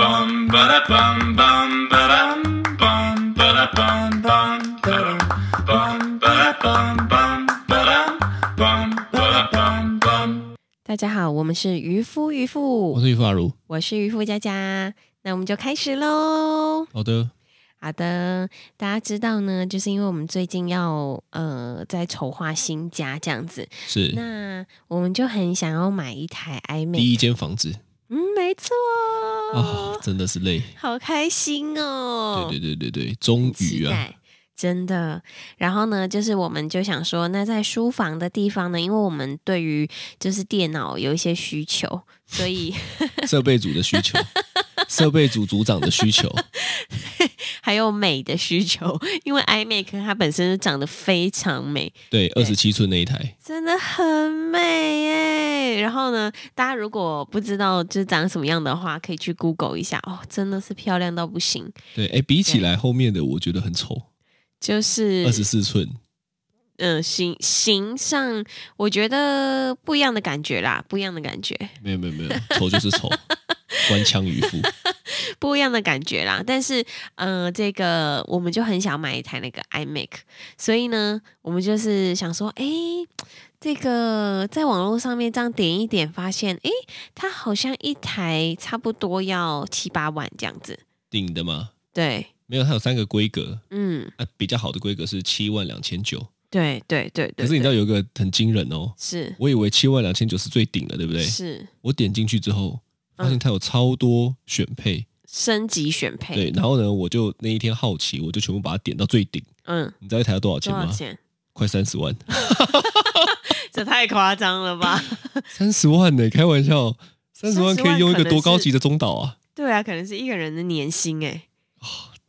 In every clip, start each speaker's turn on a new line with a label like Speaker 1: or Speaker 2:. Speaker 1: bum ba da bum bum ba dum bum ba da bum bum ba dum bum ba da bum bum ba dum bum ba da bum bum.
Speaker 2: 大家好，我们是渔夫渔妇，
Speaker 3: 我是于法如。
Speaker 2: 我是渔夫佳佳，那我们就开始喽。
Speaker 3: 好的，
Speaker 2: 好的，大家知道呢，就是因为我们最近要呃在筹划新家这样子，
Speaker 3: 是
Speaker 2: 那我们就很想要买一台 iMac。
Speaker 3: 第一间房子
Speaker 2: 嗯，没错，
Speaker 3: 啊、真的是累。
Speaker 2: 好开心哦，
Speaker 3: 对对对对对，终
Speaker 2: 期
Speaker 3: 于啊，
Speaker 2: 待。真的，然后呢，就是我们就想说，那在书房的地方呢，因为我们对于就是电脑有一些需求，所以
Speaker 3: 设备组的需 求，设备组组长的需求，
Speaker 2: 还有美的需求，因为 iMac 它本身就长得非常美，
Speaker 3: 对，二十七寸那一台，
Speaker 2: 真的很美耶。然后呢，大家如果不知道就是长什么样的话，可以去 Google 一下哦，真的是漂亮到不行。
Speaker 3: 对，哎，比起来后面的我觉得很丑，
Speaker 2: 就是
Speaker 3: 二十四寸，
Speaker 2: 嗯、呃形形上，我觉得不一样的感觉啦，不一样的感觉，
Speaker 3: 没有没有没有，丑就是 丑，官腔渔夫，
Speaker 2: 不一样的感觉啦。但是，呃，这个我们就很想买一台那个 iMac，所以呢，我们就是想说，哎、这个在网络上面这样点一点，发现，哎、它好像一台差不多要七八万这样子。
Speaker 3: 顶的嘛，
Speaker 2: 对，
Speaker 3: 没有，它有三个规格，
Speaker 2: 嗯，
Speaker 3: 啊，比较好的规格是七万两千九，
Speaker 2: 对对对
Speaker 3: 可
Speaker 2: 对。
Speaker 3: 是你知道
Speaker 2: 对
Speaker 3: 有一个很惊人哦，
Speaker 2: 是
Speaker 3: 我以为七万两千九是最顶的，对不对？
Speaker 2: 是
Speaker 3: 我点进去之后，发
Speaker 2: 嗯
Speaker 3: 现它有超多选配。
Speaker 2: 升级选配，
Speaker 3: 对，然后呢，我就那一天好奇，我就全部把它点到最顶。
Speaker 2: 嗯，
Speaker 3: 你知道一台要多少钱
Speaker 2: 多少
Speaker 3: 吗？
Speaker 2: 钱？
Speaker 3: 快三十万，
Speaker 2: 这太夸张了吧？
Speaker 3: 三十万呢、开玩笑，三十万可以用一个多高级的中岛啊，
Speaker 2: 对啊，可能是一个人的年薪哎、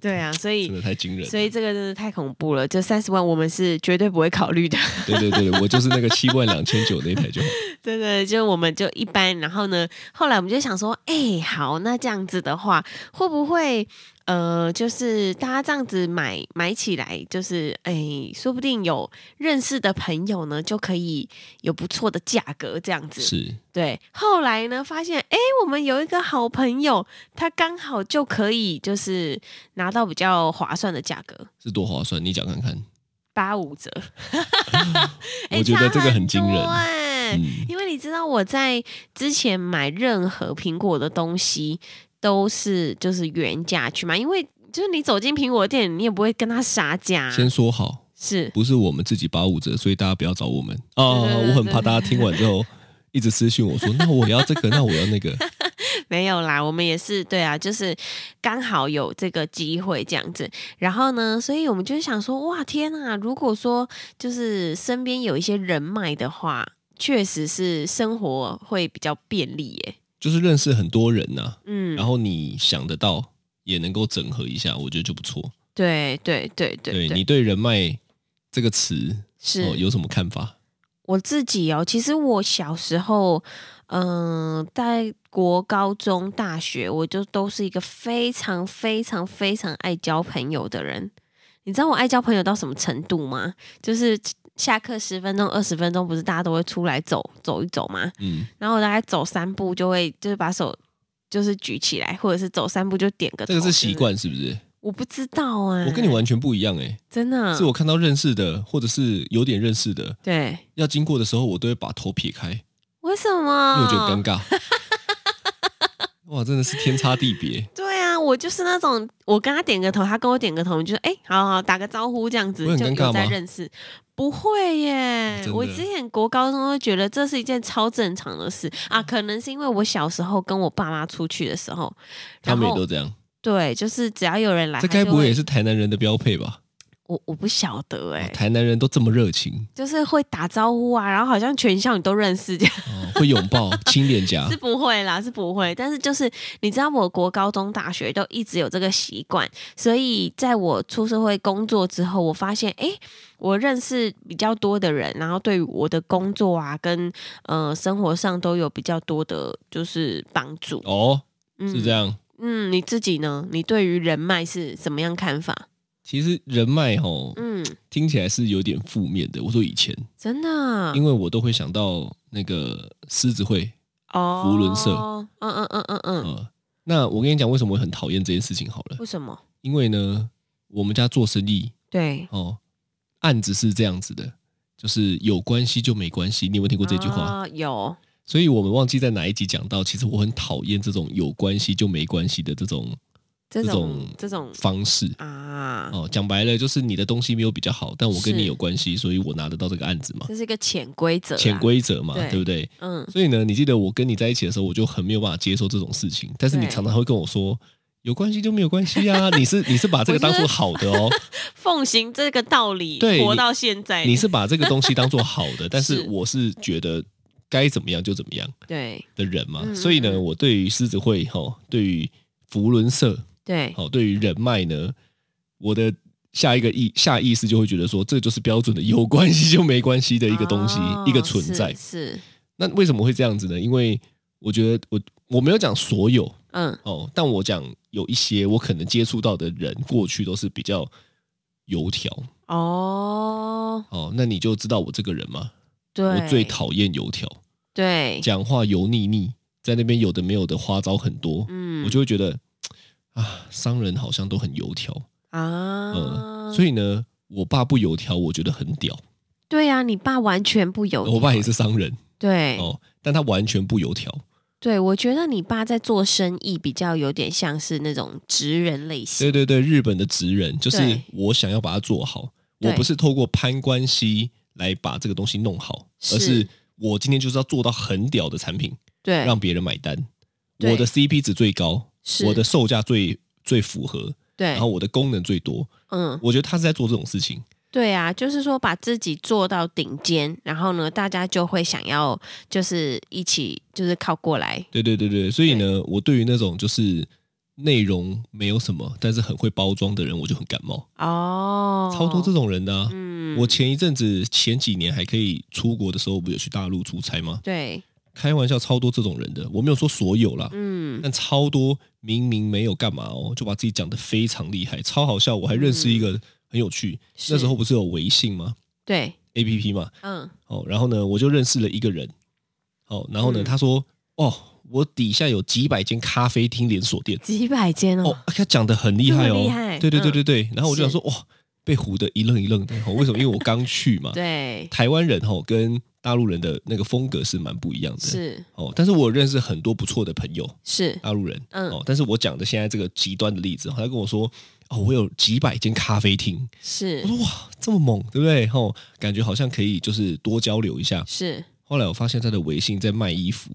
Speaker 2: 对啊，所
Speaker 3: 哦真
Speaker 2: 以
Speaker 3: 的太惊人了。
Speaker 2: 所以这个真的太恐怖了，这三十万我们是绝对不会考虑的。
Speaker 3: 对对对，我就是那个七万两千九那一台就好。
Speaker 2: 对对，就我们就一般。然后呢，后来我们就想说，哎，好，那这样子的话，会不会呃，就是大家这样子买买起来，就是哎，说不定有认识的朋友呢，就可以有不错的价格这样子。
Speaker 3: 是，
Speaker 2: 对，后来呢，发现哎，诶我们有一个好朋友，他刚好就可以就是拿到比较划算的价格，
Speaker 3: 是多划算，你讲看看。
Speaker 2: 八五折。诶
Speaker 3: 我觉得
Speaker 2: 差
Speaker 3: 这个很惊人
Speaker 2: 多诶
Speaker 3: 嗯，
Speaker 2: 因为你知道我在之前买任何苹果的东西都是就是原价去买，因为就是你走进苹果店，你也不会跟他杀价啊，
Speaker 3: 嗯先说好，
Speaker 2: 是
Speaker 3: 不是我们自己八五折，所以大家不要找我们啊！
Speaker 2: 对对对
Speaker 3: 我很
Speaker 2: 对
Speaker 3: 怕大家听完之后一直私信我 说，那我要这个，那我要那个。
Speaker 2: 没有啦，我们也是对啊，就是刚好有这个机会这样子。然后呢，所以我们就想说，哇，天啊！如果说就是身边有一些人脉的话，确实是生活会比较便利耶。
Speaker 3: 就是认识很多人呐、
Speaker 2: 嗯，
Speaker 3: 然后你想得到，也能够整合一下，我觉得就不错。
Speaker 2: 对对对对
Speaker 3: 你对人脉这个词
Speaker 2: 是、
Speaker 3: 哦有什么看法？
Speaker 2: 我自己哦，其实我小时候，嗯、在国高中、大学，我就都是一个非常、非常、非常爱交朋友的人。你知道我爱交朋友到什么程度吗？就是下课十分钟、二十分钟，不是大家都会出来走走一走吗？
Speaker 3: 嗯，
Speaker 2: 然后我大概走三步就会，就是把手就是举起来，或者是走三步就点个头。
Speaker 3: 这个是
Speaker 2: 就
Speaker 3: 习，惯是不是？
Speaker 2: 我不知道哎、
Speaker 3: 我跟你完全不一样哎、
Speaker 2: 真的
Speaker 3: 是我看到认识的或者是有点认识的，
Speaker 2: 对，
Speaker 3: 要经过的时候，我都会把头撇开，因
Speaker 2: 为什么？
Speaker 3: 为我觉得尴尬。 哇，真的是天差地别！
Speaker 2: 对啊，我就是那种，我跟他点个头，他跟我点个头，你就哎、好好打个招呼这样子，
Speaker 3: 不会很
Speaker 2: 就
Speaker 3: 尴尬
Speaker 2: 有在
Speaker 3: 吗哦
Speaker 2: 认识。不会耶
Speaker 3: 真，的
Speaker 2: 我之前国高中都觉得这是一件超正常的事啊，可能是因为我小时候跟我爸妈出去的时候，
Speaker 3: 他
Speaker 2: 然
Speaker 3: 们也
Speaker 2: 后
Speaker 3: 都这样，
Speaker 2: 对，就是只要有人来，
Speaker 3: 这
Speaker 2: 他就
Speaker 3: 该不会也
Speaker 2: 会
Speaker 3: 是哦台南人的标配吧？
Speaker 2: 我我不晓得哎、
Speaker 3: 台南人都这么热 情，
Speaker 2: 就是会打招呼啊，然后好像全校你都认识这样。
Speaker 3: 哦、会拥抱、亲脸颊
Speaker 2: 是，不会啦，是不会。但是就是你知道，我国高中、大学都一直有这个习惯，所以在我出社会工作之后，我发现，诶，我认识比较多的人，然后对于我的工作啊，跟呃生活上都有比较多的，就是帮助。
Speaker 3: 哦，
Speaker 2: 嗯，
Speaker 3: 是这。样。
Speaker 2: 嗯，你自己呢？你对于人脉是怎么样看法？
Speaker 3: 其实人脉吼，
Speaker 2: 嗯，
Speaker 3: 听起来是有点负面的。我说以前，
Speaker 2: 真的啊
Speaker 3: 因为我都会想到那个狮子会，
Speaker 2: 哦，
Speaker 3: 福伦社
Speaker 2: 嗯嗯嗯嗯嗯，嗯
Speaker 3: 呃，那我跟你讲，为什么我很讨厌这件事情好了，
Speaker 2: 为什么？
Speaker 3: 因为呢，我们家做生意
Speaker 2: 对，
Speaker 3: 哦，案子是这样子的，就是有关系就没关系。你有没有听过这句话？
Speaker 2: 啊有，
Speaker 3: 所以我们忘记在哪一集讲到，其实我很讨厌这种有关系就没关系的这种
Speaker 2: 这种
Speaker 3: 种
Speaker 2: 这种
Speaker 3: 方式。
Speaker 2: 啊，
Speaker 3: 哦，讲白了就是你的东西没有比较好，但我跟
Speaker 2: 是
Speaker 3: 你有关系，所以我拿得到这个案子嘛，
Speaker 2: 这是一个潜规则啦，
Speaker 3: 潜规则嘛，
Speaker 2: 对
Speaker 3: 对不对？
Speaker 2: 嗯，
Speaker 3: 所以呢，你记得我跟你在一起的时候，我就很没有办法接受这种事情。但是你
Speaker 2: 对
Speaker 3: 常常会跟我说，有关系就没有关系啊，你是你是把这个当做好的 哦，
Speaker 2: 奉行这个道理，
Speaker 3: 对
Speaker 2: 活
Speaker 3: 你
Speaker 2: 到现在，
Speaker 3: 你是把这个东西当做好的，但是
Speaker 2: 哎是
Speaker 3: 我是觉得该怎么样就怎么样
Speaker 2: 对
Speaker 3: 的人嘛。
Speaker 2: 嗯嗯
Speaker 3: 所以呢，
Speaker 2: 嗯
Speaker 3: 我对于狮子会哈、哦，对于福伦社
Speaker 2: 对
Speaker 3: 哦，对于人脉呢，我的下一个意下意识就会觉得说，这就是标准的有关系就没关系的一个东西，
Speaker 2: 哦
Speaker 3: 一个存在。
Speaker 2: 是是
Speaker 3: 那为什么会这样子呢？因为我觉得我我没有讲所有。
Speaker 2: 嗯
Speaker 3: 哦，但我讲有一些我可能接触到的人，过去都是比较油条
Speaker 2: 哦，
Speaker 3: 哦，那你就知道我这个人嘛，
Speaker 2: 对，
Speaker 3: 我最讨厌油条，
Speaker 2: 对，
Speaker 3: 讲话油腻腻，在那边有的没有的花招很多，
Speaker 2: 嗯，
Speaker 3: 我就会觉得啊，商人好像都很油条，
Speaker 2: 啊，
Speaker 3: 嗯，所以呢，我爸不油条，我觉得很屌，
Speaker 2: 对啊，你爸完全不油条，
Speaker 3: 我爸也是商人
Speaker 2: 对、
Speaker 3: 哦，但他完全不油条，
Speaker 2: 对，我觉得你爸在做生意比较有点像是那种职人类型，
Speaker 3: 对对对，日本的职人就是
Speaker 2: 对
Speaker 3: 我想要把它做好，
Speaker 2: 对
Speaker 3: 我不是透过攀关系来把这个东西弄好，
Speaker 2: 是
Speaker 3: 而是我今天就是要做到很屌的产品，
Speaker 2: 对，
Speaker 3: 让别人买单。
Speaker 2: 对
Speaker 3: 我的 CP 值最高，
Speaker 2: 是
Speaker 3: 我的售价最最符合，
Speaker 2: 对，
Speaker 3: 然后我的功能最多。
Speaker 2: 嗯，
Speaker 3: 我觉得他是在做这种事情，
Speaker 2: 对啊，就是说把自己做到顶尖，然后呢，大家就会想要就是一起就是靠过来，
Speaker 3: 对对对对。所以呢，我对于那种就是内容没有什么，但是很会包装的人，我就很感冒，
Speaker 2: 哦，
Speaker 3: 超多这种人的啊、
Speaker 2: 嗯，
Speaker 3: 我前一阵子前几年还可以出国的时候，不有去大陆出差吗？
Speaker 2: 对，
Speaker 3: 开玩笑，超多这种人的，我没有说所有啦，
Speaker 2: 嗯，
Speaker 3: 但超多明明没有干嘛哦，就把自己讲得非常厉害，超好笑。我还认识一个很有趣，
Speaker 2: 嗯是
Speaker 3: 那时候不是有微信吗
Speaker 2: 对，
Speaker 3: ？A P P 嘛，
Speaker 2: 嗯，
Speaker 3: 哦，然后呢，我就认识了一个人，哦，然后呢，
Speaker 2: 嗯
Speaker 3: 他说，哦，我底下有几百间咖啡厅连锁店，
Speaker 2: 几百间哦，
Speaker 3: 哦，他讲得很厉害
Speaker 2: 这
Speaker 3: 哦
Speaker 2: 么厉害，
Speaker 3: 对对对
Speaker 2: 嗯
Speaker 3: 对对，然后我就想说，哇，被唬得一愣一愣的，哦为什么？因为我刚去嘛，
Speaker 2: 对，
Speaker 3: 台湾人哦跟大陆人的那个风格是蛮不一样的，
Speaker 2: 是
Speaker 3: 哦，但是我认识很多不错的朋友，
Speaker 2: 是，
Speaker 3: 大陆人，
Speaker 2: 嗯
Speaker 3: 哦，但是我讲的现在这个极端的例子，他跟我说，哦，我有几百间咖啡厅，
Speaker 2: 是
Speaker 3: 我说哇，这么猛，对不对？哦，感觉好像可以就是多交流一下。
Speaker 2: 是，
Speaker 3: 后来我发现他的微信在卖衣服，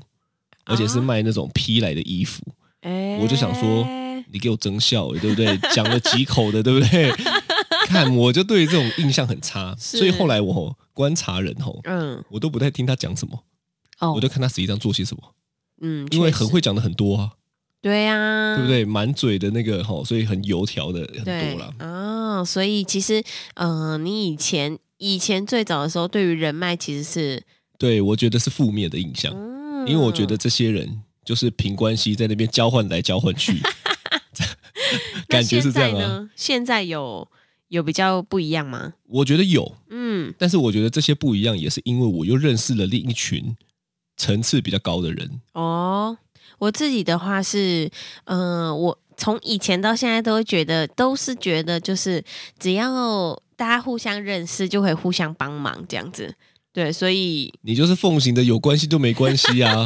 Speaker 3: 而且是
Speaker 2: 啊
Speaker 3: 卖那种批来的衣服，
Speaker 2: 哎，
Speaker 3: 我就想说你给我增效，欸对不对？讲了几口的，对不对？ 看我就对这种印象很差，
Speaker 2: 是
Speaker 3: 所以后来我、哦、观察人哦，
Speaker 2: 嗯，
Speaker 3: 我都不太听他讲什么，
Speaker 2: 哦，
Speaker 3: 我就看他实际上做些什么，
Speaker 2: 嗯，
Speaker 3: 因为
Speaker 2: 确实
Speaker 3: 很会讲的很多啊。
Speaker 2: 对呀，
Speaker 3: 对不？对？满嘴的那个哈，所以很油条的很
Speaker 2: 对
Speaker 3: 多啦。
Speaker 2: 啊、所以其实，嗯、你以前以前最早的时候，对于人脉其实是，
Speaker 3: 对，我觉得是负面的印象，
Speaker 2: 嗯，
Speaker 3: 因为我觉得这些人就是凭关系在那边交换来交换 去，
Speaker 2: 那
Speaker 3: 感觉是这样
Speaker 2: 现在
Speaker 3: 啊。
Speaker 2: 呢，现在有有比较不一样吗？
Speaker 3: 我觉得有，
Speaker 2: 嗯，
Speaker 3: 但是我觉得这些不一样，也是因为我又认识了另一群层次比较高的人。
Speaker 2: 哦，我自己的话是，嗯、我从以前到现在都会觉得，都是觉得就是只要大家互相认识，就会互相帮忙这样子。对，所以
Speaker 3: 你就是奉行的有关系就没关系 啊，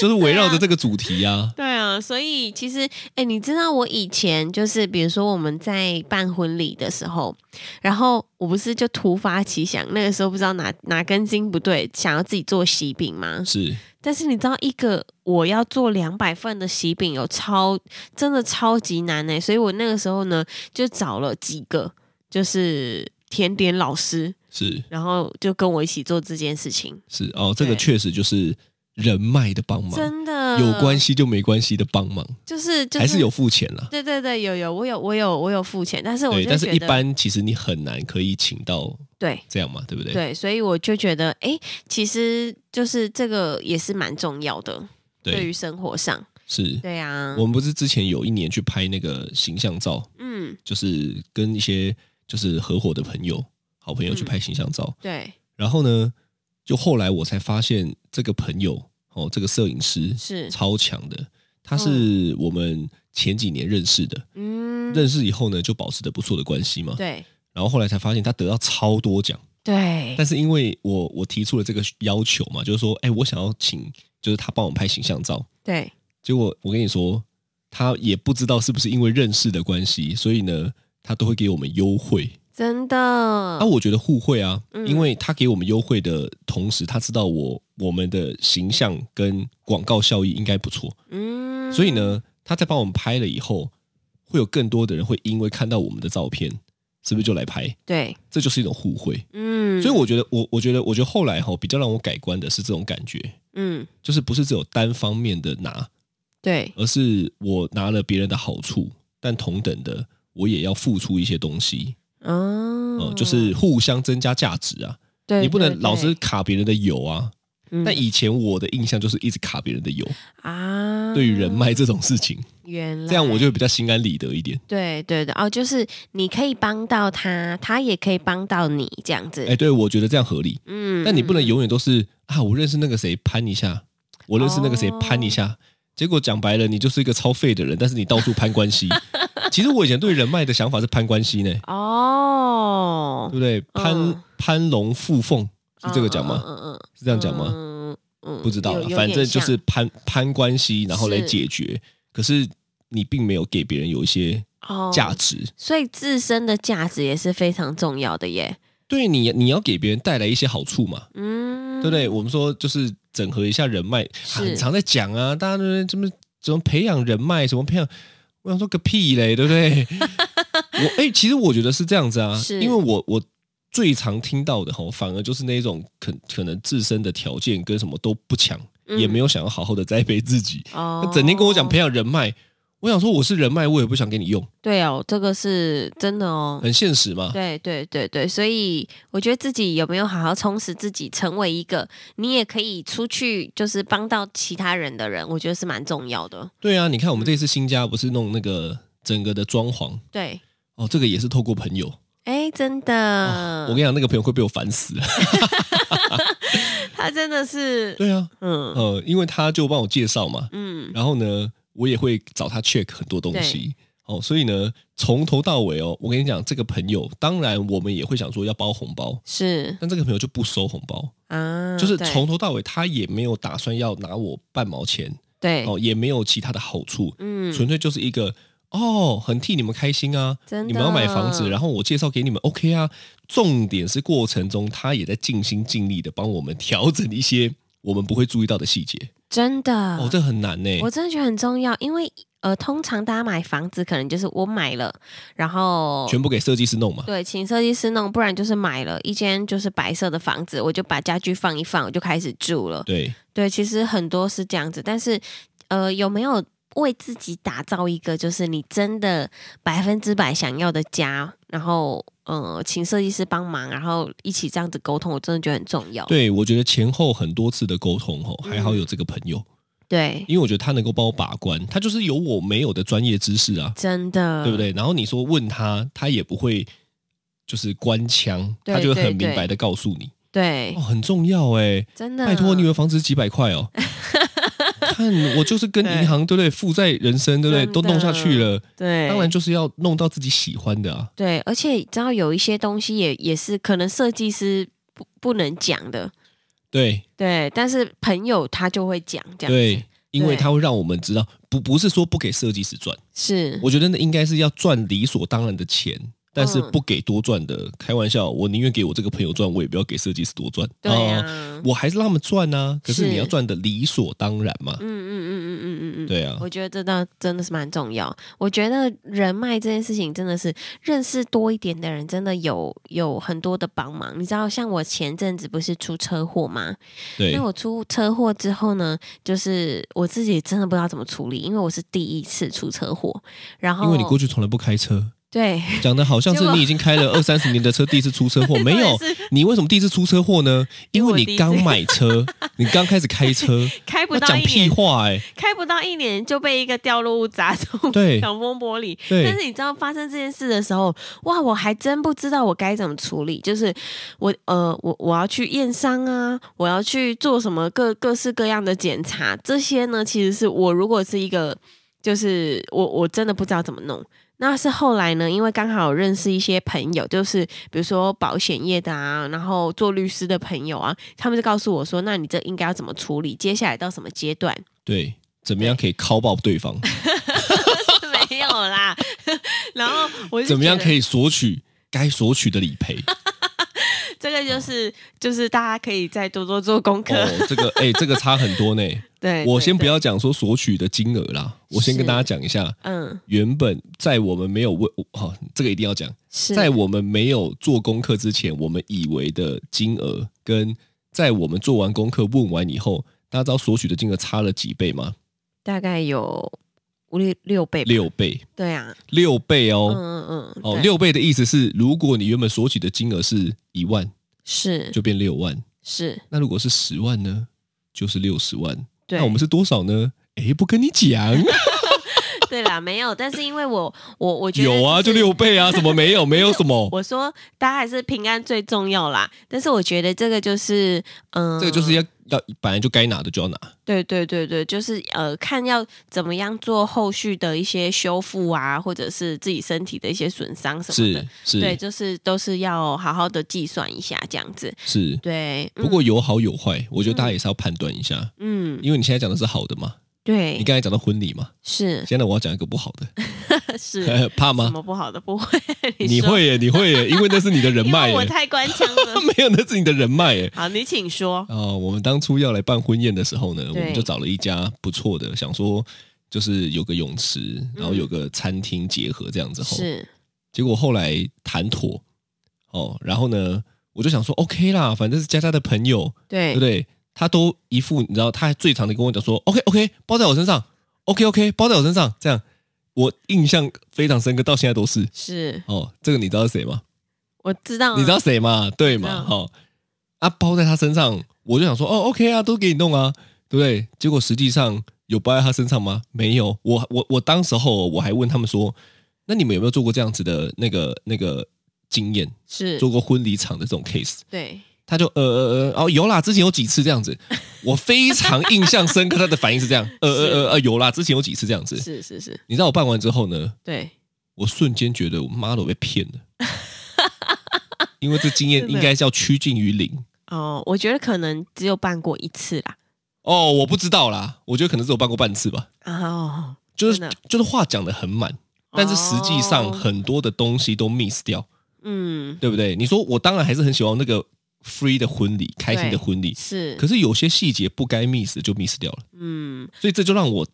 Speaker 3: 就是围绕着这个主题啊。
Speaker 2: 对啊，所以其实，哎，你知道我以前就是，比如说我们在办婚礼的时候，然后我不是就突发奇想，那个时候不知道哪哪根筋不对，想要自己做喜饼吗？
Speaker 3: 是
Speaker 2: 但是你知道，一个我要做两百份的喜饼，有超真的超级难哎、所以我那个时候呢，就找了几个就是甜点老师，
Speaker 3: 是
Speaker 2: 然后就跟我一起做这件事情，
Speaker 3: 是哦，这个
Speaker 2: 对
Speaker 3: 确实就是人脉的帮忙，
Speaker 2: 真的
Speaker 3: 有关，系就没关系的帮忙，
Speaker 2: 就是就是
Speaker 3: 还是有付钱啦。
Speaker 2: 对对对，有有，我有我有我有付钱，但是我
Speaker 3: 对，
Speaker 2: 就
Speaker 3: 但
Speaker 2: 觉
Speaker 3: 是
Speaker 2: 得
Speaker 3: 一般其实你很难可以请到
Speaker 2: 对
Speaker 3: 这样嘛，对不对？
Speaker 2: 对，所以我就觉得，哎，其实就是这个也是蛮重要的，
Speaker 3: 对
Speaker 2: 于生活上，
Speaker 3: 是
Speaker 2: 对啊
Speaker 3: 我，们不是之前有一年去拍那个形象照，
Speaker 2: 嗯，
Speaker 3: 就是跟一些就是合伙的朋友、好朋友
Speaker 2: 嗯
Speaker 3: 去拍形象照，
Speaker 2: 对，
Speaker 3: 然后呢，就后来我才发现这个朋友哦，这个摄影师
Speaker 2: 是
Speaker 3: 超强的，他是我们前几年认识的，
Speaker 2: 嗯，
Speaker 3: 认识以后呢就保持着不错的关系嘛。
Speaker 2: 对
Speaker 3: 然后后来才发现他得到超多奖，
Speaker 2: 对
Speaker 3: 但是因为我我提出了这个要求嘛，就是说，哎，我想要请，就是他帮我们拍形象照。
Speaker 2: 对，
Speaker 3: 结果我跟你说，他也不知道是不是因为认识的关系，所以呢，他都会给我们优惠。
Speaker 2: 真的
Speaker 3: 啊，，我觉得互惠啊，
Speaker 2: 嗯
Speaker 3: 因为他给我们优惠的同时，他知道我我们的形象跟广告效益应该不错，
Speaker 2: 嗯，
Speaker 3: 所以呢，他在帮我们拍了以后，会有更多的人会因为看到我们的照片，是不是就来拍？
Speaker 2: 对，
Speaker 3: 这就是一种互惠。
Speaker 2: 嗯，
Speaker 3: 所以我觉得，我我觉得，我觉得后来哈、比较让我改观的是这种感觉，
Speaker 2: 嗯
Speaker 3: 就是不是只有单方面的拿，
Speaker 2: 对
Speaker 3: 而是我拿了别人的好处，但同等的我也要付出一些东西，嗯、
Speaker 2: 哦，
Speaker 3: 就是互相增加价值啊。
Speaker 2: 对
Speaker 3: 你不
Speaker 2: 对
Speaker 3: 能老是
Speaker 2: 对
Speaker 3: 卡别人的油啊。
Speaker 2: 嗯
Speaker 3: 但以前我的印象就是一直卡别人的油，
Speaker 2: 啊，
Speaker 3: 对于人脉这种事情，
Speaker 2: 原来
Speaker 3: 这样我就会比较心安理得一点。
Speaker 2: 对对的哦，就是你可以帮到他，他也可以帮到你这样子。
Speaker 3: 哎，对我觉得这样合理。
Speaker 2: 嗯，
Speaker 3: 但你不能
Speaker 2: 嗯
Speaker 3: 永远都是啊，我认识那个谁攀一下，我认识那个谁攀一
Speaker 2: 哦
Speaker 3: 下。结果讲白了，你就是一个超废的人，但是你到处攀关 系。其实我以前对人脉的想法是攀关系呢，
Speaker 2: 嗯哦
Speaker 3: 对，不对？攀、
Speaker 2: 嗯
Speaker 3: 攀龙附凤是这个讲吗？
Speaker 2: 嗯嗯嗯，嗯
Speaker 3: 是这样讲吗？
Speaker 2: 嗯嗯
Speaker 3: 不知道
Speaker 2: 有有
Speaker 3: 了，
Speaker 2: 点
Speaker 3: 反正就
Speaker 2: 像
Speaker 3: 是攀攀关系，然后来
Speaker 2: 是
Speaker 3: 解决。可是你并没有给别人有一些
Speaker 2: 哦
Speaker 3: 价值，
Speaker 2: 所以自身的价值也是非常重要的耶。
Speaker 3: 对你你要给别人带来一些好处嘛，
Speaker 2: 嗯，
Speaker 3: 对不对？我们说就是整合一下人脉，啊
Speaker 2: 是
Speaker 3: 很常在讲啊，大家都在这么怎么培养人脉，怎么培养。我想说个屁嘞，对不 对？我哎、其实我觉得是这样子啊，
Speaker 2: 是
Speaker 3: 因为我我最常听到的吼，反而就是那种可可能自身的条件跟什么都不强，
Speaker 2: 嗯
Speaker 3: 也没有想要好好的栽培自己，
Speaker 2: 哦
Speaker 3: 他，整天跟我讲培养人脉，我想说我是人脉，我也不想给你用，
Speaker 2: 对哦，这个是真的哦。
Speaker 3: 很现实嘛。
Speaker 2: 对对对对，所以我觉得自己有没有好好充实自己，成为一个你也可以出去就是帮到其他人的人，我觉得是蛮重要的。
Speaker 3: 对啊，你看我们这次新家不是弄那个整个的装潢
Speaker 2: 对，
Speaker 3: 哦，这个也是透过朋友。
Speaker 2: 哎，真的，
Speaker 3: 哦
Speaker 2: 嗯
Speaker 3: 我跟你讲，那个朋友会被我烦死 了。
Speaker 2: 他真的是，
Speaker 3: 对啊，
Speaker 2: 嗯
Speaker 3: 呃，因为他就帮我介绍嘛，
Speaker 2: 嗯，
Speaker 3: 然后呢，我也会找他 check 很多东西。哦，所以呢，从头到尾哦，我跟你讲，这个朋友，当然我们也会想说要包红包，
Speaker 2: 是
Speaker 3: 但这个朋友就不收红包，
Speaker 2: 啊，
Speaker 3: 就是
Speaker 2: 对
Speaker 3: 从头到尾他也没有打算要拿我半毛钱，
Speaker 2: 对，
Speaker 3: 哦，也没有其他的好处，
Speaker 2: 嗯，
Speaker 3: 纯粹就是一个哦，很替你们开心啊，
Speaker 2: 真的
Speaker 3: 你们要买房子，然后我介绍给你们，OK 啊。重点是过程中他也在尽心尽力的帮我们调整一些我们不会注意到的细节，
Speaker 2: 真的，
Speaker 3: 哦，这很难呢、
Speaker 2: 啊我真的觉得很重要，因为呃，通常大家买房子可能就是我买了，然后
Speaker 3: 全部给设计师弄嘛。
Speaker 2: 对，请设计师弄，不然就是买了一间就是白色的房子，我就把家具放一放，我就开始住了。
Speaker 3: 对，
Speaker 2: 对，其实很多是这样子，但是呃，有没有为自己打造一个就是你真的百分之百想要的家？然后呃，请设计师帮忙，然后一起这样子沟通，我真的觉得很重要。
Speaker 3: 对我觉得前后很多次的沟通哦，
Speaker 2: 嗯
Speaker 3: 还好有这个朋友，
Speaker 2: 对，
Speaker 3: 因为我觉得他能够帮我把关，他就是有我没有的专业知识啊，
Speaker 2: 真的，
Speaker 3: 对不？对？然后你说问他，他也不会就是官腔，
Speaker 2: 对
Speaker 3: 他就会
Speaker 2: 对
Speaker 3: 很明
Speaker 2: 对
Speaker 3: 白的告诉你。
Speaker 2: 对
Speaker 3: 哦，，很重要哎，
Speaker 2: 真的。
Speaker 3: 拜托，你以为房子是几百块 哦？看我就是跟银行对不对，负债人生对不对，
Speaker 2: 真
Speaker 3: 都
Speaker 2: 的
Speaker 3: 弄下去了，
Speaker 2: 对，
Speaker 3: 当然就是要弄到自己喜欢的啊。
Speaker 2: 对，而且你知道有一些东西也也是可能设计师不不能讲的，
Speaker 3: 对
Speaker 2: 对，但是朋友他就会讲这样
Speaker 3: 对
Speaker 2: 子，，
Speaker 3: 因为它会让我们知道，不不是说不给设计师赚，
Speaker 2: 是
Speaker 3: 我觉得那应该是要赚理所当然的钱。但是
Speaker 2: 嗯
Speaker 3: 不给多赚的，开玩笑，我宁愿给我这个朋友赚，我也不要给设计师多赚。
Speaker 2: 对啊呀、
Speaker 3: 哦我还是让他们赚啊。可是
Speaker 2: 是
Speaker 3: 你要赚的理所当然嘛
Speaker 2: 嗯，嗯嗯嗯嗯嗯嗯，
Speaker 3: 对啊，
Speaker 2: 我觉得这倒真的是蛮重要。我觉得人脉这件事情真的是认识多一点的人，真的有有很多的帮忙。你知道，像我前阵子不是出车祸吗？
Speaker 3: 对
Speaker 2: 那我出车祸之后呢，就是我自己真的不知道怎么处理，因为我是第一次出车祸。然后
Speaker 3: 因为你过去从来不开车，
Speaker 2: 对，
Speaker 3: 讲的好像
Speaker 2: 结
Speaker 3: 是
Speaker 2: 果
Speaker 3: 你已经开 了二三十年的车，第一次出车祸没有
Speaker 2: 重点是？
Speaker 3: 你为什么第一次出车祸呢？因为
Speaker 2: 因为我第
Speaker 3: 你
Speaker 2: 一次
Speaker 3: 刚买车， 你刚开始开车，
Speaker 2: 开不
Speaker 3: 那
Speaker 2: 到
Speaker 3: 讲
Speaker 2: 一
Speaker 3: 屁
Speaker 2: 年，
Speaker 3: 话哎、
Speaker 2: 开不到一年就被一个掉落物砸中
Speaker 3: 对
Speaker 2: 挡风玻璃。
Speaker 3: 对
Speaker 2: 但是你知道发生这件事的时候，哇，我还真不知道我该怎么处理。就是我呃，我我要去验伤啊，我要去做什么各各式各样的检查，这些呢，其实是我如果是一个，就是我我真的不知道怎么弄。那是后来呢，因为刚好认识一些朋友，就是比如说保险业的啊，然后做律师的朋友啊，他们就告诉我说，那你这应该要怎么处理，接下来到什么阶段？
Speaker 3: 对，怎么样可以敲爆对方？
Speaker 2: 没有啦。然后我就
Speaker 3: 怎么样可
Speaker 2: 以？
Speaker 3: 以索取该索取的理 赔？
Speaker 2: 这个就是就是大家可以再多多做功课。
Speaker 3: 哦，这个哎、这个差很多呢。
Speaker 2: 对，
Speaker 3: 我
Speaker 2: 对
Speaker 3: 先不
Speaker 2: 对
Speaker 3: 要讲说索取的金额啦，我先跟
Speaker 2: 是
Speaker 3: 大家讲一下，
Speaker 2: 嗯，
Speaker 3: 原本在我们没有问，哦，这个一定要讲，
Speaker 2: 是
Speaker 3: 在我们没有做功课之前，我们以为的金额，跟在我们做完功课问完以后，大家知道索取的金额差了几倍吗？
Speaker 2: 大概有五六六倍吧，
Speaker 3: 六倍，
Speaker 2: 对啊，
Speaker 3: 六倍
Speaker 2: 嗯
Speaker 3: 哦。
Speaker 2: 嗯嗯，
Speaker 3: 哦，
Speaker 2: 对
Speaker 3: 六倍的意思是，如果你原本索取的金额是一万，
Speaker 2: 是
Speaker 3: 就变六万。
Speaker 2: 是，
Speaker 3: 那如果是十万呢，就是六十万。
Speaker 2: 对
Speaker 3: 那我们是多少呢？哎，不跟你 讲，
Speaker 2: 对啦，没有，但是因为我我我觉得
Speaker 3: 有啊，就是六倍啊，什么没 有，没有什么，
Speaker 2: 我说大家还是平安最重要啦，但是我觉得这个就是嗯，
Speaker 3: 这个就是要要本来就该拿的就要拿。
Speaker 2: 对对对对，就是呃，看要怎么样做后续的一些修复啊，或者是自己身体的一些损伤什么的
Speaker 3: 是。是
Speaker 2: 对，就是都是要好好的计算一下这样子。
Speaker 3: 是，
Speaker 2: 对，嗯
Speaker 3: 不过有好有坏，我觉得大家也是要判断一下，
Speaker 2: 嗯，
Speaker 3: 因为你现在讲的是好的嘛，你
Speaker 2: 对，
Speaker 3: 刚才讲到婚礼嘛，
Speaker 2: 是
Speaker 3: 现在我要讲一个不好的，
Speaker 2: 是，
Speaker 3: 怕
Speaker 2: 什
Speaker 3: 吗？
Speaker 2: 么不好的 不会？
Speaker 3: 你
Speaker 2: 说，
Speaker 3: 会耶，你会 耶，因为那是你的人
Speaker 2: 因
Speaker 3: 脉
Speaker 2: 为我
Speaker 3: 耶，
Speaker 2: 太官腔了。
Speaker 3: 没有，那是你的人脉 耶。
Speaker 2: 好，你请说。
Speaker 3: 哦，我们当初要来办婚宴的时候呢，我
Speaker 2: 对
Speaker 3: 们就找了一家不错的，想说就是有个泳池，然后有个餐厅结合这样子吼。
Speaker 2: 嗯是，
Speaker 3: 结果后来谈妥，哦，然后呢，我就想说 OK 啦，反正是佳佳的朋友，对
Speaker 2: 对
Speaker 3: 不对？他都一副你知道，他还最常的跟我讲说，OK OK，包在我身上，OK OK，包在我身上，这样我印象非常深刻，到现在都是。
Speaker 2: 是，
Speaker 3: 哦，这个你知道是谁吗？
Speaker 2: 我知道啊。
Speaker 3: 你知道谁吗？对
Speaker 2: 知
Speaker 3: 嘛？
Speaker 2: 道
Speaker 3: 哦，啊，包在他身上，我就想说，哦，OK 啊，都给你弄啊，对不对？结果实际上有包在他身上吗？没有。我我我当时候我还问他们说，那你们有没有做过这样子的那个那个经验，
Speaker 2: 是，
Speaker 3: 做过婚礼场的这种 case？
Speaker 2: 对，
Speaker 3: 他就呃呃呃哦有啦，之前有几次这 样子，我非常印象深刻。他的反应是这样，呃呃呃呃有啦，之前有几次这样子。
Speaker 2: 是是是，
Speaker 3: 你知道我办完之后呢，
Speaker 2: 对，
Speaker 3: 我瞬间觉得我妈的我被骗 了，因为这经验应该叫趋近于零。
Speaker 2: 哦，我觉得可能只有办过一次啦。
Speaker 3: 哦，我不知道啦，我觉得可能是我办过半次吧，
Speaker 2: 哦，
Speaker 3: 就是
Speaker 2: 真的
Speaker 3: 就是话讲的很满，但是实际上
Speaker 2: 哦
Speaker 3: 很多的东西都 miss 掉，
Speaker 2: 嗯，
Speaker 3: 对不对？你说我当然还是很喜欢那个 free 的婚礼，开心的
Speaker 2: 对
Speaker 3: 婚礼，
Speaker 2: 是，
Speaker 3: 可是有些细节不该 miss 的就 miss 掉了，
Speaker 2: 嗯，
Speaker 3: 所以这就让我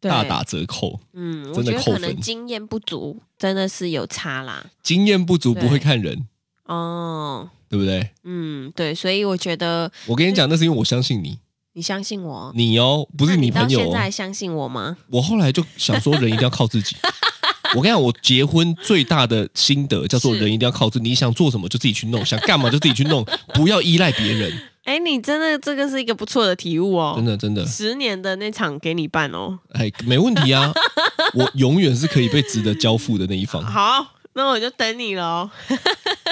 Speaker 2: 对
Speaker 3: 大打折扣。
Speaker 2: 嗯，我
Speaker 3: 真的
Speaker 2: 觉得
Speaker 3: 扣
Speaker 2: 可能
Speaker 3: 分
Speaker 2: 经验不足，真的是有差啦。
Speaker 3: 经验不足
Speaker 2: 对
Speaker 3: 不会看人，
Speaker 2: 哦，
Speaker 3: 对不对？
Speaker 2: 嗯，对，所以我觉得
Speaker 3: 我跟你讲，那是因为我相信你，
Speaker 2: 你相信我，
Speaker 3: 你哦，不是
Speaker 2: 那你
Speaker 3: 朋友
Speaker 2: 到现在
Speaker 3: 哦。
Speaker 2: 还相信我吗？
Speaker 3: 我后来就想说，人一定要靠自 己。我跟你讲，我结婚最大的心得叫做
Speaker 2: 是
Speaker 3: 人一定要靠自己，你想做什么就自己去 弄，想干嘛就自己去弄，不要依赖别人。
Speaker 2: 哎，你真的这个是一个不错的体悟哦，
Speaker 3: 真的真的，
Speaker 2: 十年的那场给你办哦，
Speaker 3: 哎，没问题 啊，我永远是可以被值得交付的那一方，
Speaker 2: 好。那我就等你了哦。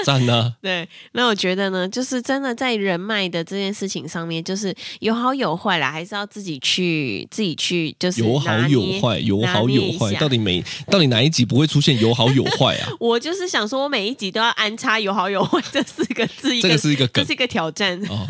Speaker 3: 赞啊！
Speaker 2: 对，那我觉得呢，就是真的在人脉的这件事情上面，就是有好有坏啦，还是要自己去自己去，就是
Speaker 3: 有好
Speaker 2: 拿
Speaker 3: 有
Speaker 2: 捏
Speaker 3: 坏，有好
Speaker 2: 拿
Speaker 3: 有
Speaker 2: 捏一
Speaker 3: 坏，
Speaker 2: 下
Speaker 3: 到底每到底哪一集不会出现有好有坏啊？
Speaker 2: 我就是想说，我每一集都要安插“有好有坏”这四个 字，一
Speaker 3: 这个是一个
Speaker 2: 这
Speaker 3: 梗
Speaker 2: 是一个挑战。
Speaker 3: 哦，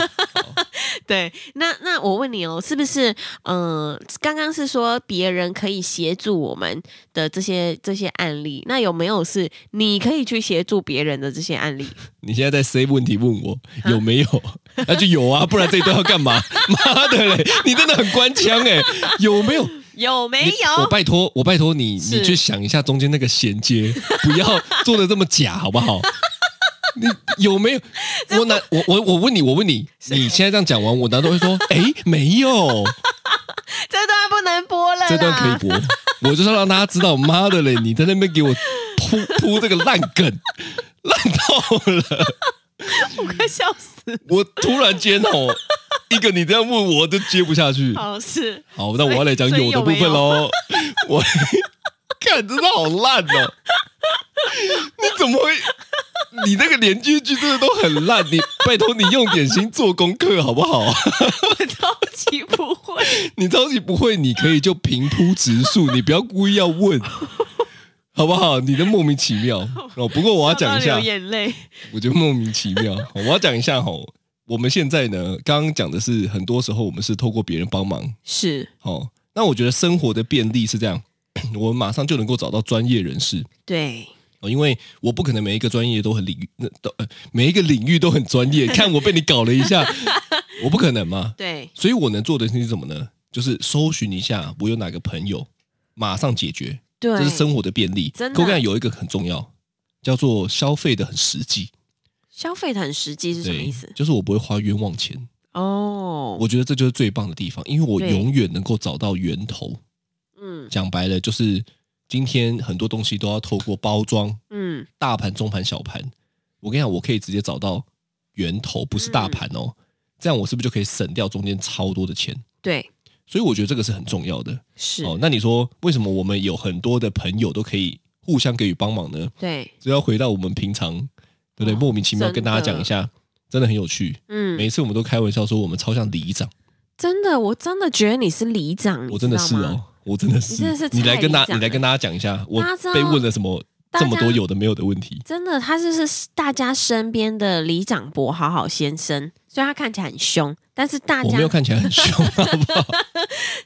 Speaker 2: 对，那那我问你哦，是不是？嗯、刚刚是说别人可以协助我们的这些这些案例，那有没有是你可以去协助别人的这些案例？
Speaker 3: 你现在在 say 问题问我
Speaker 2: 啊
Speaker 3: 有没有？那就有啊，不然这一段要干 嘛？妈的嘞，你真的很官腔哎、有没有？
Speaker 2: 有没
Speaker 3: 你我
Speaker 2: 有？
Speaker 3: 拜托，我拜托你，
Speaker 2: 是
Speaker 3: 你去想一下中间那个衔接，不要做的这么 假，好不好？你有没有？我哪我我我问你，我问你，你现在这样讲完，我难道会说， 哎，没有？
Speaker 2: 这段不能播了啦，
Speaker 3: 这段可以播，我就是要让大家知道，妈的嘞，你在那边给我铺铺这个烂梗，烂透了。
Speaker 2: 我快笑死。
Speaker 3: 我突然间 哦，一个你这样问我都接不下去。
Speaker 2: 好是，
Speaker 3: 好，那我要来讲
Speaker 2: 所
Speaker 3: 有
Speaker 2: 以
Speaker 3: 的部分喽。 我看真的好烂哦！你怎么会？你那个连续剧真的都很烂，你拜托你用点心做功课好不好？
Speaker 2: 我超级不会。
Speaker 3: 你超级不会，你可以就平铺直述，你不要故意要问，好不好？你的莫名其妙哦。不过我要讲一
Speaker 2: 笑
Speaker 3: 下
Speaker 2: 到流，眼泪。
Speaker 3: 我觉得莫名其妙。 好我要讲一下吼，我们现在呢，刚刚讲的是很多时候我们是透过别人帮忙
Speaker 2: 是，
Speaker 3: 哦。那我觉得生活的便利是这样， 我们马上就能够找到专业人士
Speaker 2: 对，
Speaker 3: 哦，因为我不可能每一个专业都很领域，那都、呃、每一个领域都很专 业。看我被你搞了一下，我不可能嘛。
Speaker 2: 对，
Speaker 3: 所以我能做的是什么呢？就是搜寻一下我有哪个朋友，马上解决，
Speaker 2: 对，
Speaker 3: 这是生活的便利。
Speaker 2: 真的
Speaker 3: 可我跟你讲有一个很重要，叫做消费的很实际。
Speaker 2: 消费的很实际是什么
Speaker 3: 对
Speaker 2: 意思？
Speaker 3: 就是我不会花冤枉钱，
Speaker 2: 哦，
Speaker 3: 我觉得这就是最棒的地方，因为我
Speaker 2: 对
Speaker 3: 永远能够找到源头。
Speaker 2: 嗯
Speaker 3: 讲白了，就是今天很多东西都要透过包装，
Speaker 2: 嗯，
Speaker 3: 大盘、中盘、小盘。我跟你讲，我可以直接找到源头，不是大
Speaker 2: 嗯
Speaker 3: 盘哦。这样我是不是就可以省掉中间超多的钱？
Speaker 2: 对，
Speaker 3: 所以我觉得这个是很重要的。
Speaker 2: 是，
Speaker 3: 哦，那你说为什么我们有很多的朋友都可以互相给予帮忙呢？
Speaker 2: 对，
Speaker 3: 这要回到我们平常，对不对？
Speaker 2: 哦
Speaker 3: 莫名其妙
Speaker 2: 真的
Speaker 3: 跟大家讲一下，真的很有趣。每
Speaker 2: 嗯，
Speaker 3: 一次我们都开玩笑说我们超像里长，
Speaker 2: 真的，我真的觉得你是里长，
Speaker 3: 我
Speaker 2: 你
Speaker 3: 真的是
Speaker 2: 知道吗
Speaker 3: 哦。，我真的是。
Speaker 2: 你真的是
Speaker 3: 来跟大
Speaker 2: 菜里长
Speaker 3: 你来跟大家讲一下，我
Speaker 2: 大家知道
Speaker 3: 被问了什么这么
Speaker 2: 大
Speaker 3: 多
Speaker 2: 家
Speaker 3: 有的没有的问题。
Speaker 2: 真的，他就是大家身边的里长伯好好先生，虽然他看起来很凶，但是大
Speaker 3: 我没有
Speaker 2: 家，
Speaker 3: 看起来很凶， 好不好？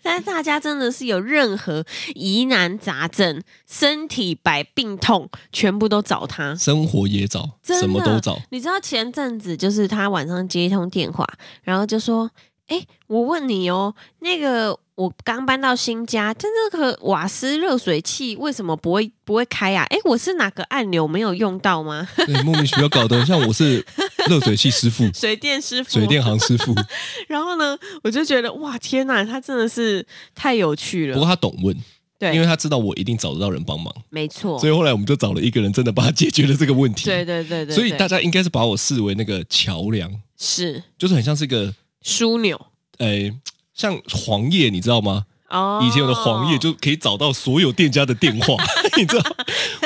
Speaker 2: 但是大家真的是有任何疑难杂症、身体百病痛，全部都找他。
Speaker 3: 生活也找，
Speaker 2: 真的
Speaker 3: 什么都找。
Speaker 2: 你知道前阵子就是他晚上接一通电话，然后就说：“哎、我问你哦，那个我刚搬到新家，但那个瓦斯热水器为什么不会不会开呀、啊？哎、我是哪个按钮没有用到吗？、
Speaker 3: 对，莫名其妙搞得像我是热水器师 傅
Speaker 2: 水电师傅，
Speaker 3: 水电行师 傅。不
Speaker 2: 然后呢，我就觉得哇，天哪，他真的是太有趣
Speaker 3: 过
Speaker 2: 了。
Speaker 3: 他懂问，因为
Speaker 2: 对，
Speaker 3: 他知道我一定找得到人帮忙，
Speaker 2: 没错
Speaker 3: 所，以后来我们就找了一个人，真的帮他解决了这个问题。
Speaker 2: 对对对对，
Speaker 3: 所以
Speaker 2: 对
Speaker 3: 大家应该是把我视为那个桥梁，
Speaker 2: 是
Speaker 3: 就是很像是一个
Speaker 2: 枢纽
Speaker 3: 呃，像黄页，你知道吗？
Speaker 2: 哦。
Speaker 3: 以前有的黄页就可以找到所有店家的电 话，你知道，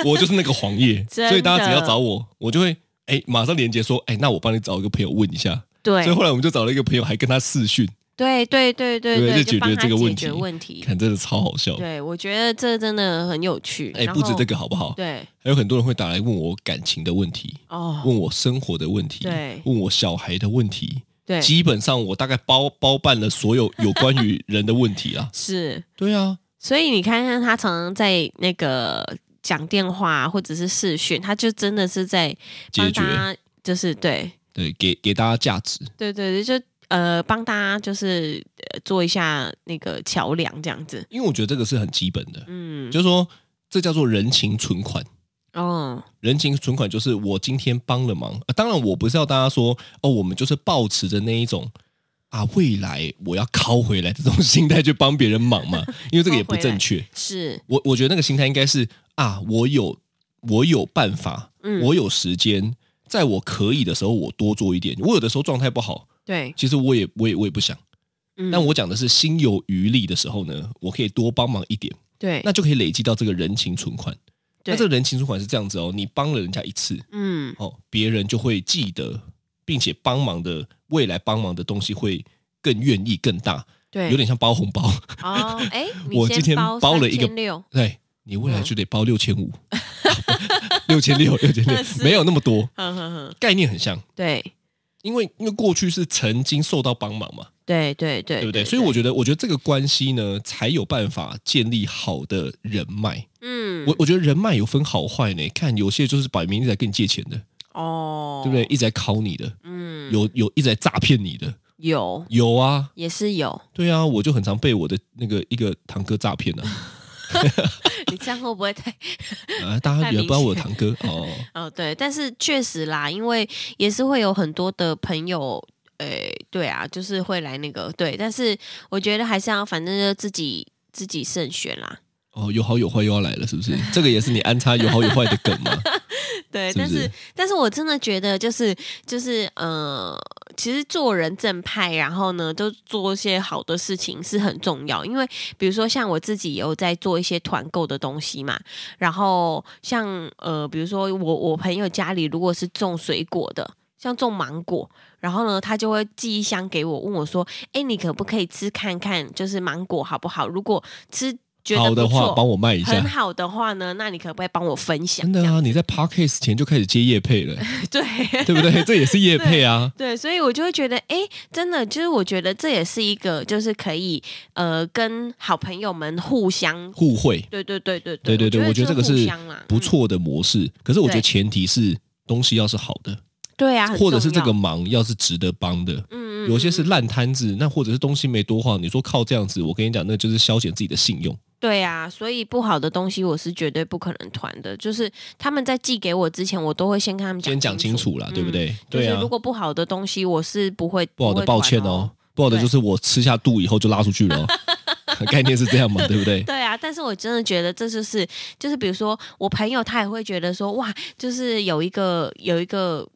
Speaker 3: 我就是那个黄页，
Speaker 2: 真的
Speaker 3: 所以大家只要找我，我就会哎马上连接说，哎，那我帮你找一个朋友问一下。
Speaker 2: 对
Speaker 3: 所以后来我们就找了一个朋友，还跟他视讯，
Speaker 2: 对对对对
Speaker 3: 对就
Speaker 2: 对，
Speaker 3: 解决
Speaker 2: 帮他
Speaker 3: 这个问
Speaker 2: 解决
Speaker 3: 题
Speaker 2: 问题。
Speaker 3: 看真的超好笑。
Speaker 2: 对，我觉得这真的很有趣。
Speaker 3: 哦哎，
Speaker 2: 然
Speaker 3: 不止
Speaker 2: 后
Speaker 3: 这，个好不好？
Speaker 2: 对
Speaker 3: 还有很多人会打来问我感情的问题，
Speaker 2: 哦，
Speaker 3: 问我生活的问题
Speaker 2: 对，
Speaker 3: 问我小孩的问题。
Speaker 2: 对，。
Speaker 3: 基本上我大概包包办了所有有关于人的问题啦
Speaker 2: 是，
Speaker 3: 对啊，
Speaker 2: 所以你看看他常常在那个讲电话或者是视讯，他就真的是在
Speaker 3: 解
Speaker 2: 帮
Speaker 3: 决
Speaker 2: 大家，就是对
Speaker 3: 对，给给大家价值。
Speaker 2: 对对对，就呃帮大家就是、呃做一下那个桥梁这样子。
Speaker 3: 因为我觉得这个是很基本的，
Speaker 2: 嗯，
Speaker 3: 就是说这叫做人情存款。
Speaker 2: 哦，
Speaker 3: 人情存款就是我今天帮了忙，呃当然我不是要大家说哦，我们就是抱持着那一种啊，未来我要拷回来这种心态去帮别人忙 嘛，因为这个也不正确。
Speaker 2: 是，
Speaker 3: 我我觉得那个心态应该是啊，我有我有办法，
Speaker 2: 嗯，
Speaker 3: 我有时间，在我可以的时候我多做一点。我有的时候状态不好，
Speaker 2: 对，
Speaker 3: 其实我也我也我也不想，
Speaker 2: 嗯，
Speaker 3: 但我讲的是心有余力的时候呢，我可以多帮忙一点。
Speaker 2: 对，
Speaker 3: 那就可以累积到这个人情存款。
Speaker 2: 对
Speaker 3: 那这个人情存款是这样子哦，你帮了人家一次
Speaker 2: 嗯，
Speaker 3: 哦，别人就会记得，并且帮忙的未来帮忙的东西会更愿意更大，
Speaker 2: 对，
Speaker 3: 有点像包红包。
Speaker 2: 哦，哎，你
Speaker 3: 我
Speaker 2: 先
Speaker 3: 今天包了一个
Speaker 2: 3600
Speaker 3: 对你未来
Speaker 2: 嗯
Speaker 3: 就得包六千五、 六千 六、六千六，
Speaker 2: 是
Speaker 3: 没有那么多，
Speaker 2: 哼哼哼，
Speaker 3: 概念很像。
Speaker 2: 对
Speaker 3: 因为因为过去是曾经受到帮忙嘛，
Speaker 2: 对对对，
Speaker 3: 对不对？所以我觉得，我觉得这个关系呢，才有办法建立好的人脉。
Speaker 2: 嗯，
Speaker 3: 我我觉得人脉有分好坏呢，看有些就是摆明在跟你借钱的，
Speaker 2: 哦，
Speaker 3: 对不对？？一直在考你的，
Speaker 2: 嗯，
Speaker 3: 有有一直在诈骗你的，
Speaker 2: 有
Speaker 3: 有啊，
Speaker 2: 也 是有，
Speaker 3: 对啊，我就很常被我的那个一个堂哥诈骗 啊，
Speaker 2: 你这样会不会太？
Speaker 3: 啊，大家
Speaker 2: 太
Speaker 3: 也
Speaker 2: 明
Speaker 3: 不知道我
Speaker 2: 显
Speaker 3: 堂哥哦，
Speaker 2: 哦，对，但是确实啦，因为也是会有很多的朋友。诶，对啊，就是会来那个对，但是我觉得还是要，反正就自己自己慎选啦。
Speaker 3: 哦，有好有坏又要来了，是 不是？这个也是你安插有好有坏的梗吗？
Speaker 2: 对，
Speaker 3: 是不
Speaker 2: 但
Speaker 3: 是
Speaker 2: 是但是我真的觉得就是就是呃，其实做人正派，然后呢，就做一些好的事情是很重要。因为比如说像我自己有在做一些团购的东西嘛，然后像呃，比如说我我朋友家里如果是种水果的。像种芒果，然后呢，他就会寄一箱给我，问我说：“哎，你可不可以吃看看，就是芒果好不好？如果吃 觉得
Speaker 3: 好的
Speaker 2: 不
Speaker 3: 话，
Speaker 2: 错，
Speaker 3: 帮我卖一
Speaker 2: 很
Speaker 3: 下。
Speaker 2: 好的话呢，那你可不可以帮我分享？”
Speaker 3: 真的
Speaker 2: 这
Speaker 3: 啊，
Speaker 2: 样
Speaker 3: 你在 podcast 前就开始接叶配了，
Speaker 2: 对，
Speaker 3: 对不对？这也是叶配啊。
Speaker 2: 对，所以我就会觉得，哎，真的，就是我觉得这也是一个，就是可以呃跟好朋友们互相，
Speaker 3: 互惠，
Speaker 2: 对嗯对对对
Speaker 3: 对对对，我觉得这个
Speaker 2: 互
Speaker 3: 是
Speaker 2: 相啦
Speaker 3: 不
Speaker 2: 嗯
Speaker 3: 错的模式。可是我觉得
Speaker 2: 对
Speaker 3: 前提是东西要是好的，
Speaker 2: 对啊，很
Speaker 3: 或者是
Speaker 2: 重
Speaker 3: 这
Speaker 2: 要
Speaker 3: 个，忙要是值得帮的。
Speaker 2: 嗯嗯，
Speaker 3: 有些
Speaker 2: 嗯
Speaker 3: 是烂摊子，那或者是东西没多好，你说靠这样子，我跟你讲，那就是消减自己的信用。
Speaker 2: 对啊，所以不好的东西我是绝对不可能团的，就是他们在寄给我之前，我都会先跟他们
Speaker 3: 先讲清
Speaker 2: 清
Speaker 3: 楚啦，对不？
Speaker 2: 嗯
Speaker 3: 对？
Speaker 2: 就
Speaker 3: 对
Speaker 2: 是
Speaker 3: 啊
Speaker 2: 如，果不好的东西，我是不会
Speaker 3: 不好的抱歉。
Speaker 2: 不会团
Speaker 3: 哦，不好的就是我吃下肚以后就拉出去了哦， 概念是这 样嘛，对不对？
Speaker 2: 对啊，但是我真的觉得这就是就是，比如说我朋友他也会觉得说，哇，就是有一个有一个，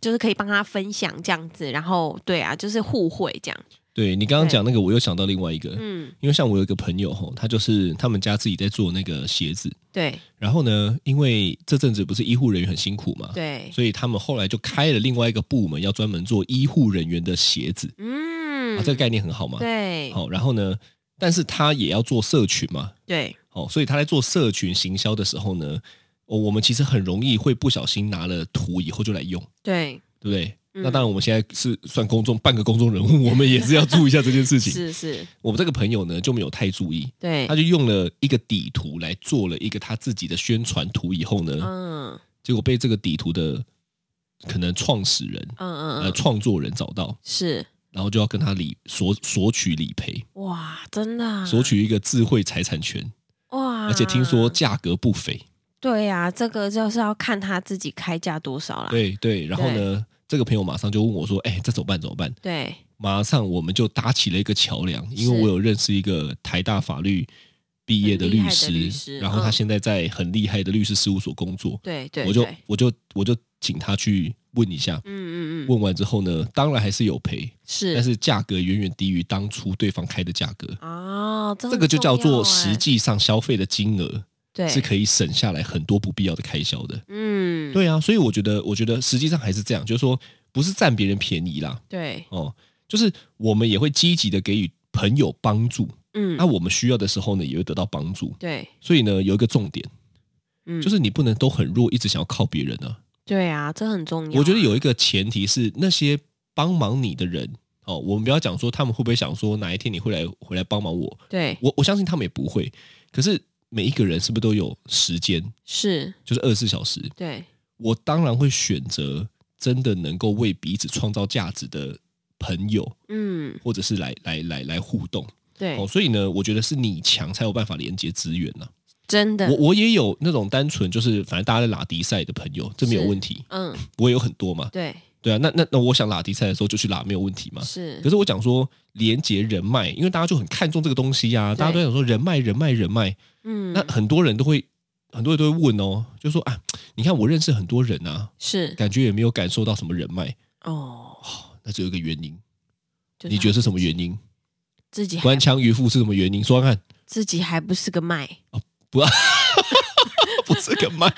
Speaker 2: 就是可以帮他分享这样子，然后对啊，就是互惠这样，
Speaker 3: 对你刚刚
Speaker 2: 对
Speaker 3: 讲那个，我又想到另外一个，
Speaker 2: 嗯，
Speaker 3: 因为像我有一个朋友吼，他就是他们家自己在做那个鞋子，
Speaker 2: 对
Speaker 3: 然后呢，因为这阵子不是医护人员很辛苦嘛，
Speaker 2: 对，
Speaker 3: 所以他们后来就开了另外一个部门，要专门做医护人员的鞋子，
Speaker 2: 嗯，
Speaker 3: 啊，这个概念很好嘛，
Speaker 2: 对
Speaker 3: 好，然后呢，但是他也要做社群嘛，
Speaker 2: 对
Speaker 3: 好，所以他在做社群行销的时候呢，哦我们其实很容易会不小心拿了图以后就来用，
Speaker 2: 对，
Speaker 3: 对不对？
Speaker 2: 嗯
Speaker 3: 那当然，我们现在是算公众半个公众人物， 我们也是要注意一下这件事情。
Speaker 2: 是是，
Speaker 3: 我们这个朋友呢就没有太注意，
Speaker 2: 对
Speaker 3: 他，就用了一个底图来做了一个他自己的宣传图以后呢，
Speaker 2: 嗯
Speaker 3: 结果被这个底图的可能创始人
Speaker 2: 嗯嗯
Speaker 3: 呃
Speaker 2: 嗯，
Speaker 3: 创作人找到，
Speaker 2: 是
Speaker 3: 然后就要跟他理索索取理赔，
Speaker 2: 哇，真的啊
Speaker 3: 索取一个智慧财产权。
Speaker 2: 哇，
Speaker 3: 而且听说
Speaker 2: 嗯
Speaker 3: 价格不菲。
Speaker 2: 对啊，这个就是要看他自己开价多少啦，
Speaker 3: 对对，然后呢，这个朋友马上就问我说：“哎，这怎么办？怎么办
Speaker 2: 对？”
Speaker 3: 马上我们就搭起了一个桥梁，因为
Speaker 2: 是
Speaker 3: 我有认识一个台大法律毕业的
Speaker 2: 很厉
Speaker 3: 律
Speaker 2: 害的
Speaker 3: 师，
Speaker 2: 律师
Speaker 3: 然后他
Speaker 2: 嗯
Speaker 3: 现在在很厉害的律师事务所工作，
Speaker 2: 对对，
Speaker 3: 我就
Speaker 2: 嗯对
Speaker 3: 我就我就请他去问一下。
Speaker 2: 嗯嗯嗯，
Speaker 3: 问完之后呢，当然还是有赔，
Speaker 2: 是，
Speaker 3: 但是价格远远低于当初对方开的价格。
Speaker 2: 哦，这
Speaker 3: 这个就叫做
Speaker 2: 时
Speaker 3: 实际上消费的金额
Speaker 2: 欸对
Speaker 3: 是可以省下来很多不必要的开销的。
Speaker 2: 嗯，
Speaker 3: 对啊，所以我觉得，我觉得实际上还是这样，就是说不是占别人便宜啦，
Speaker 2: 对，
Speaker 3: 哦，就是我们也会积极的给予朋友帮助，
Speaker 2: 嗯，
Speaker 3: 那、我们需要的时候呢，也会得到帮助。
Speaker 2: 对，
Speaker 3: 所以呢，有一个重点
Speaker 2: 嗯，
Speaker 3: 就是你不能都很弱，一直想要靠别人啊。
Speaker 2: 对啊，这很重要啊。
Speaker 3: 我觉得有一个前提是那些帮忙你的人。哦，我们不要讲说他们会不会想说哪一天你会来回来帮忙我，
Speaker 2: 对
Speaker 3: 我我相信他们也不会。可是每一个人是不是都有时间，
Speaker 2: 是，
Speaker 3: 就是二十四小时？
Speaker 2: 对
Speaker 3: 我当然会选择真的能够为彼此创造价值的朋友，
Speaker 2: 嗯
Speaker 3: 或者是来来来来互动。
Speaker 2: 对
Speaker 3: 哦，，所以呢，我觉得是你强才有办法连接资源呢、
Speaker 2: 真的
Speaker 3: 我，我也有那种单纯就是反正大家在拉迪赛的朋友，这没有
Speaker 2: 是
Speaker 3: 问题，
Speaker 2: 嗯
Speaker 3: 我也有很多嘛。
Speaker 2: 对
Speaker 3: 对啊，那那那我想拉迪赛的时候就去拉，没有问题嘛。
Speaker 2: 是
Speaker 3: 啊可，是我讲说连接人脉，因为大家就很看重这个东西呀、大家都在想说人脉人脉人脉，
Speaker 2: 嗯
Speaker 3: 那很多人都会很多人都会问哦，就说啊，你看我认识很多人
Speaker 2: 嗯
Speaker 3: 啊，
Speaker 2: 是
Speaker 3: 感觉也没有感受到什么人脉，
Speaker 2: 哦，
Speaker 3: 那只有一个原因，
Speaker 2: 就是
Speaker 3: 你觉得
Speaker 2: 他
Speaker 3: 是什么原因？
Speaker 2: 自己还
Speaker 3: 官腔渔夫是什么原因？说看看，
Speaker 2: 自己还不是个麦，
Speaker 3: 不是 个麦。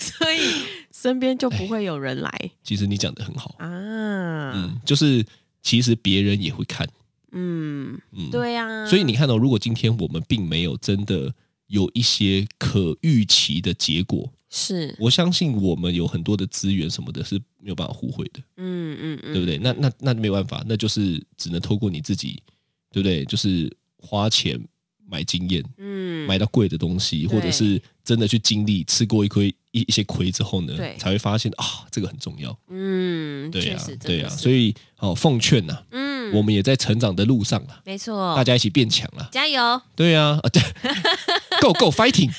Speaker 2: 所以身边就不会有人来
Speaker 3: 其实你讲的很好，
Speaker 2: 啊。
Speaker 3: 哎嗯，就是其实别人也会看，
Speaker 2: 嗯，
Speaker 3: 嗯，。
Speaker 2: 对啊，
Speaker 3: 所以你看到、哦，如果今天我们并没有真的有一些可预期的结果，
Speaker 2: 是，
Speaker 3: 我相信我们有很多的资源什么的是没有办法互惠的，
Speaker 2: 嗯嗯嗯，
Speaker 3: 对不对？那那那没有办法，那就是只能透过你自己，对不对？就是花钱买经验，
Speaker 2: 嗯，
Speaker 3: 买到贵的东西，或者是真的去经历吃过一亏一一些亏之后呢
Speaker 2: 对，
Speaker 3: 才会发现啊、这个很重要。
Speaker 2: 嗯，
Speaker 3: 对
Speaker 2: 确
Speaker 3: 啊
Speaker 2: 实，
Speaker 3: 对啊，所
Speaker 2: 以
Speaker 3: 以哦，奉劝呐、
Speaker 2: 嗯，哦
Speaker 3: 我们也在成长的路上啦，
Speaker 2: 没错，
Speaker 3: 大家一起变强啦。
Speaker 2: 加油，
Speaker 3: 对啊，啊 对，Go Go Fighting，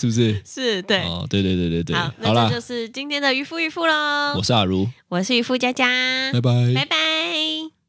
Speaker 3: 是不是？
Speaker 2: 是对。
Speaker 3: 哦，对对对对对，
Speaker 2: 好，
Speaker 3: 好
Speaker 2: 那
Speaker 3: 啦
Speaker 2: 这，就是今天的渔夫渔夫喽
Speaker 3: 我。是阿如，
Speaker 2: 嗯我是渔夫佳佳，
Speaker 3: 拜拜
Speaker 2: 拜拜